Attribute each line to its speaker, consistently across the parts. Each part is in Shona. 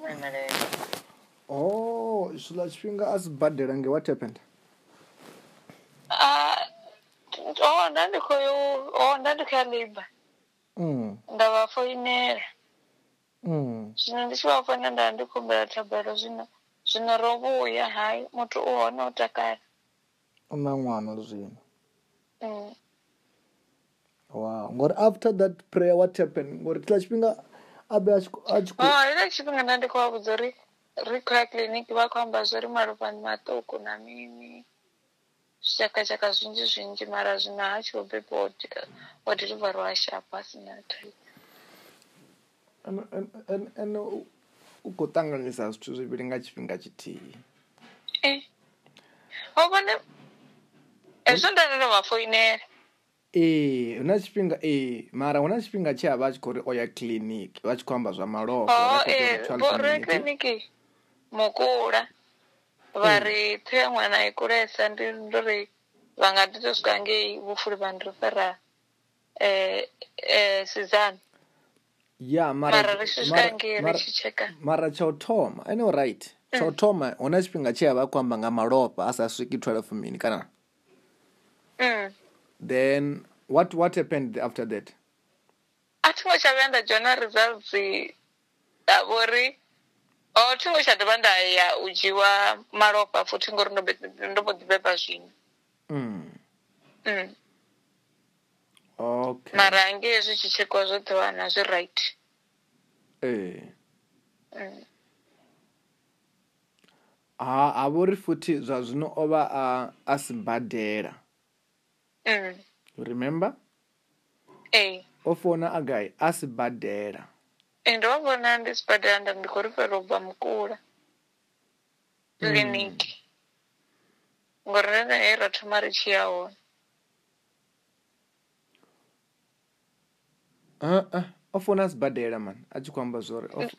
Speaker 1: zwiḽa Oh, tshifhinga a si badela nge what happened
Speaker 2: Ah, oh nda ndi khou yo- oh nda ndi kha labour
Speaker 1: mm,
Speaker 2: nda vha foinela
Speaker 1: mm,
Speaker 2: zwino ndi tshi vha foinela nda ndi khumbela thabelo zwino zwino ro vhuya hayi muthu u hone u takala
Speaker 1: u na ṅwana zwino
Speaker 2: Mm.
Speaker 1: wow ngori after that prayer what happened ngori tshiḽa tshifhinga a be a tshi khou- a tshi khou
Speaker 2: Oh, hela tshifhinga nda ndi khou vha vhudza uri ri khou ya kiḽiniki vha khou amba zwori malofhani maṱuku na mini zwitshakatshaka zwinzhi zwinzhi mara zwino ha tshi khou bebiwa wa di- wa dilivariwa ha shapa a sina thai
Speaker 1: Ano- ano- ano- ano u- u khou ṱanganyisa zwithu zwivhili nga tshifhinga tshithihi
Speaker 2: wa Eh. vhone hezwo nda ndo vha foinela
Speaker 1: ee hu na tshifhinga ee mara hu na tshifhinga tshe a vha a tshi khou ri o ya kiḽiniki vha tshi khou amba zwa malofha
Speaker 2: oo
Speaker 1: uri a khou tea u
Speaker 2: ee
Speaker 1: twelve
Speaker 2: eh, vho re
Speaker 1: minutes.
Speaker 2: kiḽiniki mukula vha
Speaker 1: Hmm.
Speaker 2: ri ṱhoya ṅwana i kulesa ndi ndo ri vha nga ḓi to swika ngei vhufuli vha ndirifera um sizani
Speaker 1: ya mara-
Speaker 2: mara ri tshi swika
Speaker 1: mara-
Speaker 2: ngei ri
Speaker 1: mara-
Speaker 2: tshi tsheka
Speaker 1: mara tsha u thoma ene o right tsha u thoma hu na tshifhinga tshe a vha a khou amba nga malofha a sa swiki twelve mini kana
Speaker 2: Mm.
Speaker 1: then what what happened after that
Speaker 2: a thingo tsha vhuya nda dzhena results a vhori o thingo tsha dovha nda ya u dzhiwa malofha futhi ngori ndo be- ndo mbo ḓi beba zwino
Speaker 1: mm.
Speaker 2: Mm.
Speaker 1: okay
Speaker 2: mara ngei zwi tshi tshekwa zwo ḓiwana zwi right
Speaker 1: ee
Speaker 2: Mm.
Speaker 1: ha ha vhori futhi zwa zwino o vha a a si badela
Speaker 2: Mm.
Speaker 1: You remember
Speaker 2: ee
Speaker 1: o founa a gai a si badela
Speaker 2: ee e, ndo vha vhona ndi sibadela nda ndi khou ri fhela u bva mukula Mm. kiḽiniki ngori rine he ra thoma ri tshi ya hone
Speaker 1: uh, uh, o founa a si badela man a tshi khou amba zwori o f-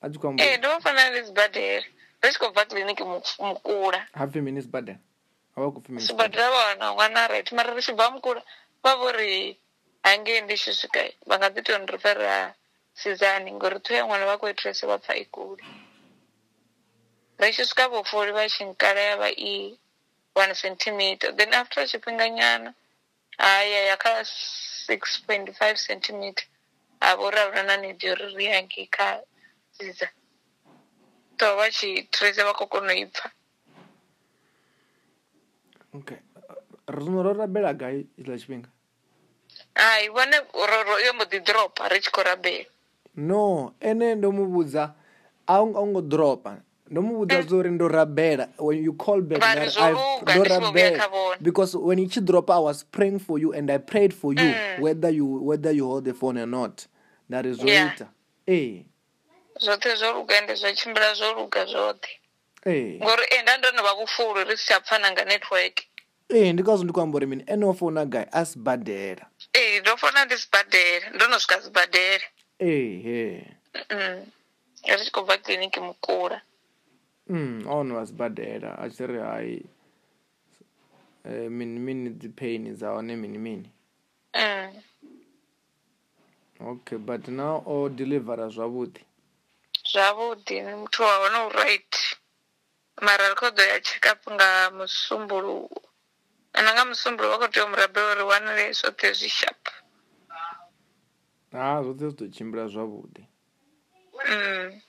Speaker 1: a tshi khou amba
Speaker 2: ee ndo vha fana ndi sibadela ri tshi khou bva kiḽiniki Mu- mukula
Speaker 1: hapfhi mini sibadela a vha khou pfhi mini sibadela
Speaker 2: sibadela vha wana ṅwana right mara ri tshi bva mukula vha vho ri hangei ndi tshi swika vha nga ḓi tou nrifera sizani ngori ṱhoho ya ṅwana vha khou i thulese vha pfha i kule ri tshi swika vhufuli vha tshi nkalea vha i one centimeter then after tshifhinga nyana haya ya kha six point five centimeter ha vho ri a huna na nidi uri ri hangei kha siza ṱhoho vha tshi thulese vha khou kona u i pfha
Speaker 1: okay ri zwino ro rabela gai iḽa tshifhinga
Speaker 2: hai vhone ro- ro- yo mbo ḓi dropa ri tshi khou rabela
Speaker 1: no ene ndo mu vhudza a u- a u ngo dropa ndo mu vhudza zwori ndo rabela when you call back
Speaker 2: Vhari
Speaker 1: nda ri,
Speaker 2: Eh. zwo
Speaker 1: "I've-
Speaker 2: luga,
Speaker 1: ndo
Speaker 2: ndi tshi vho vhuya
Speaker 1: rabela."
Speaker 2: kha vhone.
Speaker 1: because when itshi dropa i was praying for you and i prayed for you
Speaker 2: Mm.
Speaker 1: whether you whether you hold the phone or not nda ri zwo
Speaker 2: Yeah.
Speaker 1: ita Eh, ee
Speaker 2: zwoṱhe zwo luga ende zwa tshimbila zwo luga zwoṱhe
Speaker 1: ee
Speaker 2: ngori e nda ndo no vha vhufulu ri si tsha pfhana nga network
Speaker 1: ee eh, ndi kazwo ndi khou amba uri mini ene o founa gai a si badela
Speaker 2: ee ndo fona ndi sibadela ndo no swika sibadela
Speaker 1: ehe
Speaker 2: Mm. ri tshi khou bva kiḽiniki mukula
Speaker 1: mm, one wa sibadela a tshi ri hai eh, mini mini dzi pain dza hone mini mini
Speaker 2: Mm.
Speaker 1: okay but now o delivera zwavhuḓi
Speaker 2: zwavhuḓi ni muthu wa hone u right mara ri khou ḓo ya checkup nga musumbulu na nga musumbulu vha khou tea u murabela uri wanele zwoṱhe zwi sharp
Speaker 1: ha Ah, zwoṱhe zwi ḓo tshimbila zwavhuḓi
Speaker 2: Mm.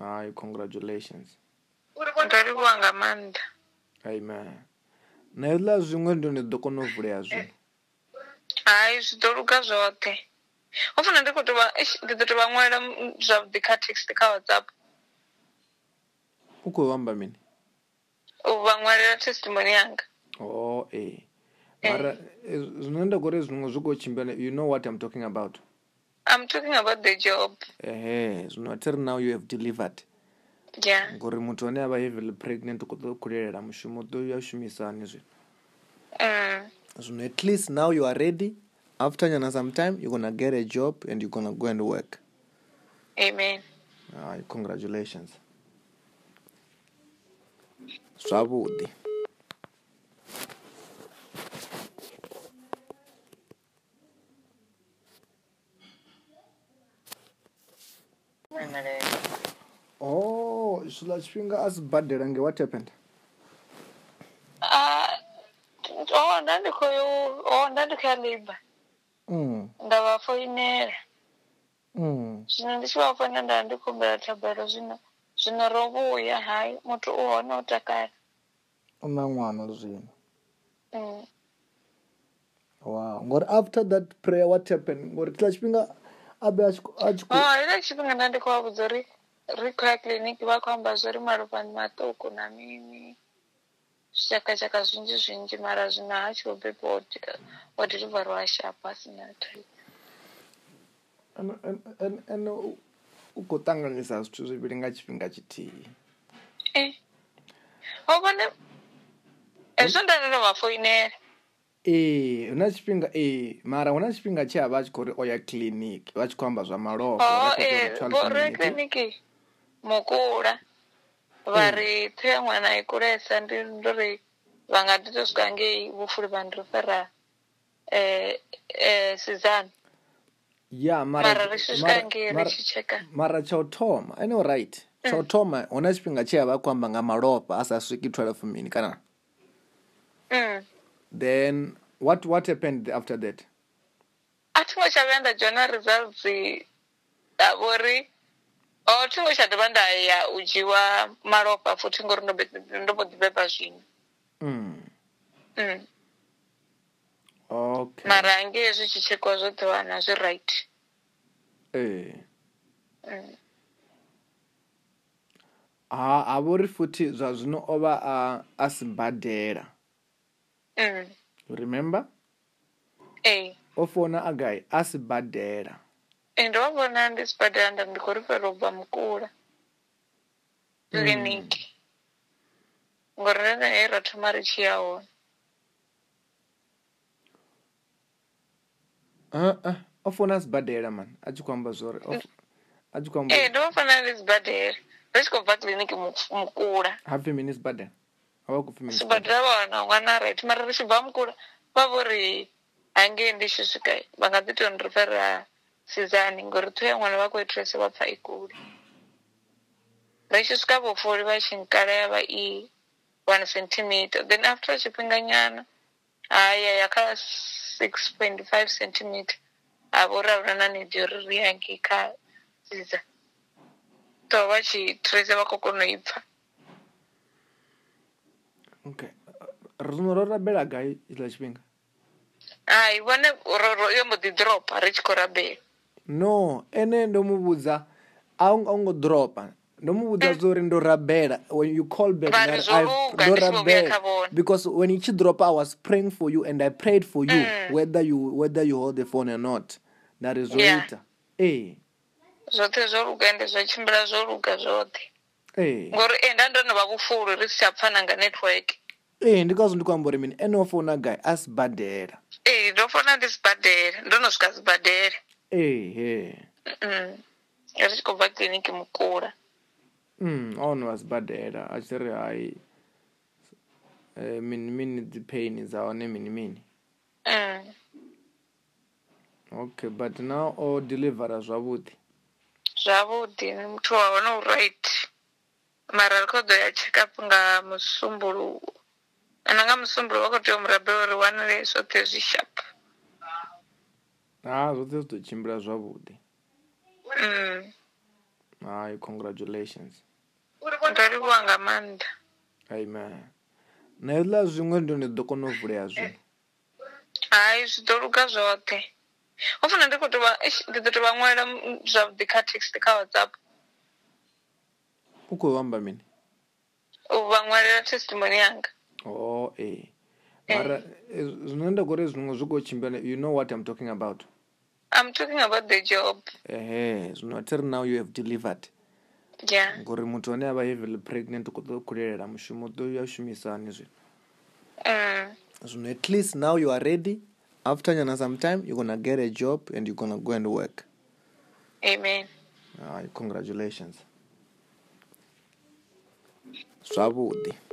Speaker 1: hai congratulations
Speaker 2: ndo livhuwa nga maanḓa
Speaker 1: amen na hezwiḽa zwiṅwe ndi ndi ḓo kona u vulea zwiṅwe
Speaker 2: hai zwi ḓo luga zwoṱhe ho funa ndi khou tovha eish, ndi ḓo tovha ṅwalela m- zwavhuḓi kha text kha whatsapp
Speaker 1: u khou amba mini
Speaker 2: u vha ṅwalela testimony yanga
Speaker 1: o ee Oh, mara eh, zwine nda kori zwiṅwe zwi khou tshimbila you know what i'm talking about
Speaker 2: i'm talking about the job
Speaker 1: ehe zwino athi ri now you have delivered
Speaker 2: yeah
Speaker 1: ngori muthu ane a vha heavily pregnant u khou ḓo khulelela mushumo u ḓo ya shumisani zwino
Speaker 2: mm.
Speaker 1: zwino at least now you are ready after nyana sometime you're gonna get a job and you're gonna go and work
Speaker 2: amen
Speaker 1: Hai, congratulations zwavhuḓi oh zwiḽa tshifhinga a si badela nge whatapend
Speaker 2: Ah, oh nda ndi khou yo oh nda ndi khou ya labour
Speaker 1: mm,
Speaker 2: nda vha foinela
Speaker 1: mm.
Speaker 2: zwino ndi tshi vha foinela nda vha ndi khumbela thabelo zwino zwino ro vhuya hai muthu u hone u takala
Speaker 1: u na ṅwana zwino
Speaker 2: Mm.
Speaker 1: wow ngori after that prayer what happened ngori tshiḽa tshifhinga a be a tshi khou- a tshi khou
Speaker 2: Ah, hela tshifhinga nda ndi khou vha vhudza uri ri khou ya kiḽiniki vha khou amba zwori malofha ndi maṱuku na mini zwitshakatshaka zwinzhi zwinzhi mara zwino ha tshi vho beba wo de- wo delivariwa ha shapa a si na thai
Speaker 1: ene- ene- ene- ene u- u khou ṱanganyisa zwithu zwivhili nga tshifhinga tshithihi
Speaker 2: Eh, ho vhone
Speaker 1: Hmm?
Speaker 2: hezwo nda ndo no vha foinela
Speaker 1: ee hu na tshifhinga ee mara hu na tshifhinga tshe a vha a tshi khou ri o ya kiḽiniki vha tshi khou amba zwa malofha
Speaker 2: ho
Speaker 1: vha tshi khou tou ri 12
Speaker 2: vhore
Speaker 1: minutes.
Speaker 2: kiḽiniki mukula vha
Speaker 1: Hmm.
Speaker 2: ri ṱhoya ṅwana i kulesa ndi ndo ri vha nga ḓi to swika ngei vhufuli vha ndi ri fara um sizani
Speaker 1: ya mara-
Speaker 2: mara ri tshi swika
Speaker 1: mara-
Speaker 2: ngei ri
Speaker 1: mara-
Speaker 2: tshi tsheka
Speaker 1: mara tsha u thoma ene o right tsha u thoma hu na tshifhinga tshe a vha a khou amba nga malofha a sa swiki 12 mini kana
Speaker 2: Mm.
Speaker 1: then what what happened after that
Speaker 2: a thingo tsha vhuya nda dzhena results a vhori o thingo tsha dovha nda ya u dzhiwa malofha futhi ngori ndo be- ndo mbo ḓi beba zwino
Speaker 1: mm.
Speaker 2: Mm.
Speaker 1: okay
Speaker 2: mara ngei zwi tshi tshekhiwa zwo ḓiwana zwi right
Speaker 1: ee
Speaker 2: Mm.
Speaker 1: ha ha vhori futhi zwa zwino o vha a a sibadela
Speaker 2: Mm.
Speaker 1: remember
Speaker 2: ee
Speaker 1: o founa a guy a sibadela
Speaker 2: ee ndo vha vhona ndi sibadela nda ndi khou ri fara u bva mukula kiḽiniki
Speaker 1: Mm.
Speaker 2: ngori rine he ra thoma ri tshi ya hone
Speaker 1: uh, uh, o founa a sibadela man a tshi khou amba zwori o f- a tshi khou amba
Speaker 2: ee ndo vha fanela ndi sibadela ri tshi khou bva kiḽiniki Mu- mukula
Speaker 1: hapfhi mini sibadela a vha khou pfhi mini sibadela
Speaker 2: sibadela vha wana ṅwana right mara ri tshi bva mukula vha vho ri hangei ndi tshi swika vha nga ḓi toni ri fara sizani ngori ṱhoya ṅwana vha khou i thulese vha pfha i kule ri tshi swika vhufuli vha tshi nkalea vha i one centimeter then after tshifhinga nyana haya ya kha six point five centimeter ha vha uri a vhona na nidi uri ri ye hangei kha siza to vha tshi thulese vha khou kona u i pfha
Speaker 1: okay rino ro rabela gai iḽa tshifhinga
Speaker 2: hai vhone ro- ro- yo mbo ḓi ḓoropa ri tshi khou rabela
Speaker 1: no ene ndo mu vhudza a u a u ngo dropa ndo mu vhudza zwauri ndo rabela when you call back
Speaker 2: Vhari
Speaker 1: mara
Speaker 2: Eh. zwo
Speaker 1: I-
Speaker 2: luga,
Speaker 1: ndo
Speaker 2: ndi tshi vho vhuya kha
Speaker 1: rabela
Speaker 2: vhone.
Speaker 1: because when i tshi dropa i was praying for you and i prayed for you
Speaker 2: Mm.
Speaker 1: whether you whether you hold the phone or not nda ri zwo
Speaker 2: Yeah.
Speaker 1: ita Eh, ee
Speaker 2: zwoṱhe zwo luga ende zwa tshimbila zwo luga zwoṱhe
Speaker 1: ee
Speaker 2: ngori e nda ndo no vha vhufulu ri si tsha pfhana nga network
Speaker 1: ee eh, ndi kazwo ndi khou amba uri mini ene o founa gai a sibadela
Speaker 2: ee ndo fona ndi sibadela ndo no swika sibadela
Speaker 1: ehe
Speaker 2: Mm. ri tshi khou bva kiḽiniki mukula
Speaker 1: mm, o no vha sibadela a tshi ri hai eh, mini mini dzi pain dza hone mini mini
Speaker 2: Mm.
Speaker 1: okay but now o delivera zwavhuḓi
Speaker 2: zwavhuḓi ni muthu wa hone u right mara ri khou ḓo ya checkup nga musumbuluwo kana nga musumbuluwo vha khou tea u murabela uri wanele zwoṱhe zwi sharp
Speaker 1: ha Ah, zwoṱhe zwi ḓo tshimbila zwavhuḓi
Speaker 2: Mm.
Speaker 1: hai congratulations
Speaker 2: ndo livhuwa nga maanḓa
Speaker 1: amen na hezwiḽa zwiṅwe ndo ni ḓo kona u vulea zwino
Speaker 2: hai zwi ḓo luga zwoṱhe ho funa ndi khou tou vha eish, ndi ḓo tou vha ṅwalela mm, zwavhuḓi kha text kha whatsapp
Speaker 1: u khou amba mini
Speaker 2: u vha ṅwalela testimony yanga
Speaker 1: o ee Oh, mara eh, zwine nda khou ri zwiṅwe zwi khou tshimbila you know what i'm talking about
Speaker 2: i'm talking about the job
Speaker 1: ehe zwino a thi ri now you have delivered
Speaker 2: yeah
Speaker 1: ngori muthu ane a vha heavily pregnant u khou ḓo khulelela mushumo u ḓo ya shumisani zwino
Speaker 2: mm.
Speaker 1: zwino at least now you are ready after nyana sometime you're gonna get a job and you're gonna go and work
Speaker 2: amen
Speaker 1: Uh, Hai, congratulations. Zwavhuḓi.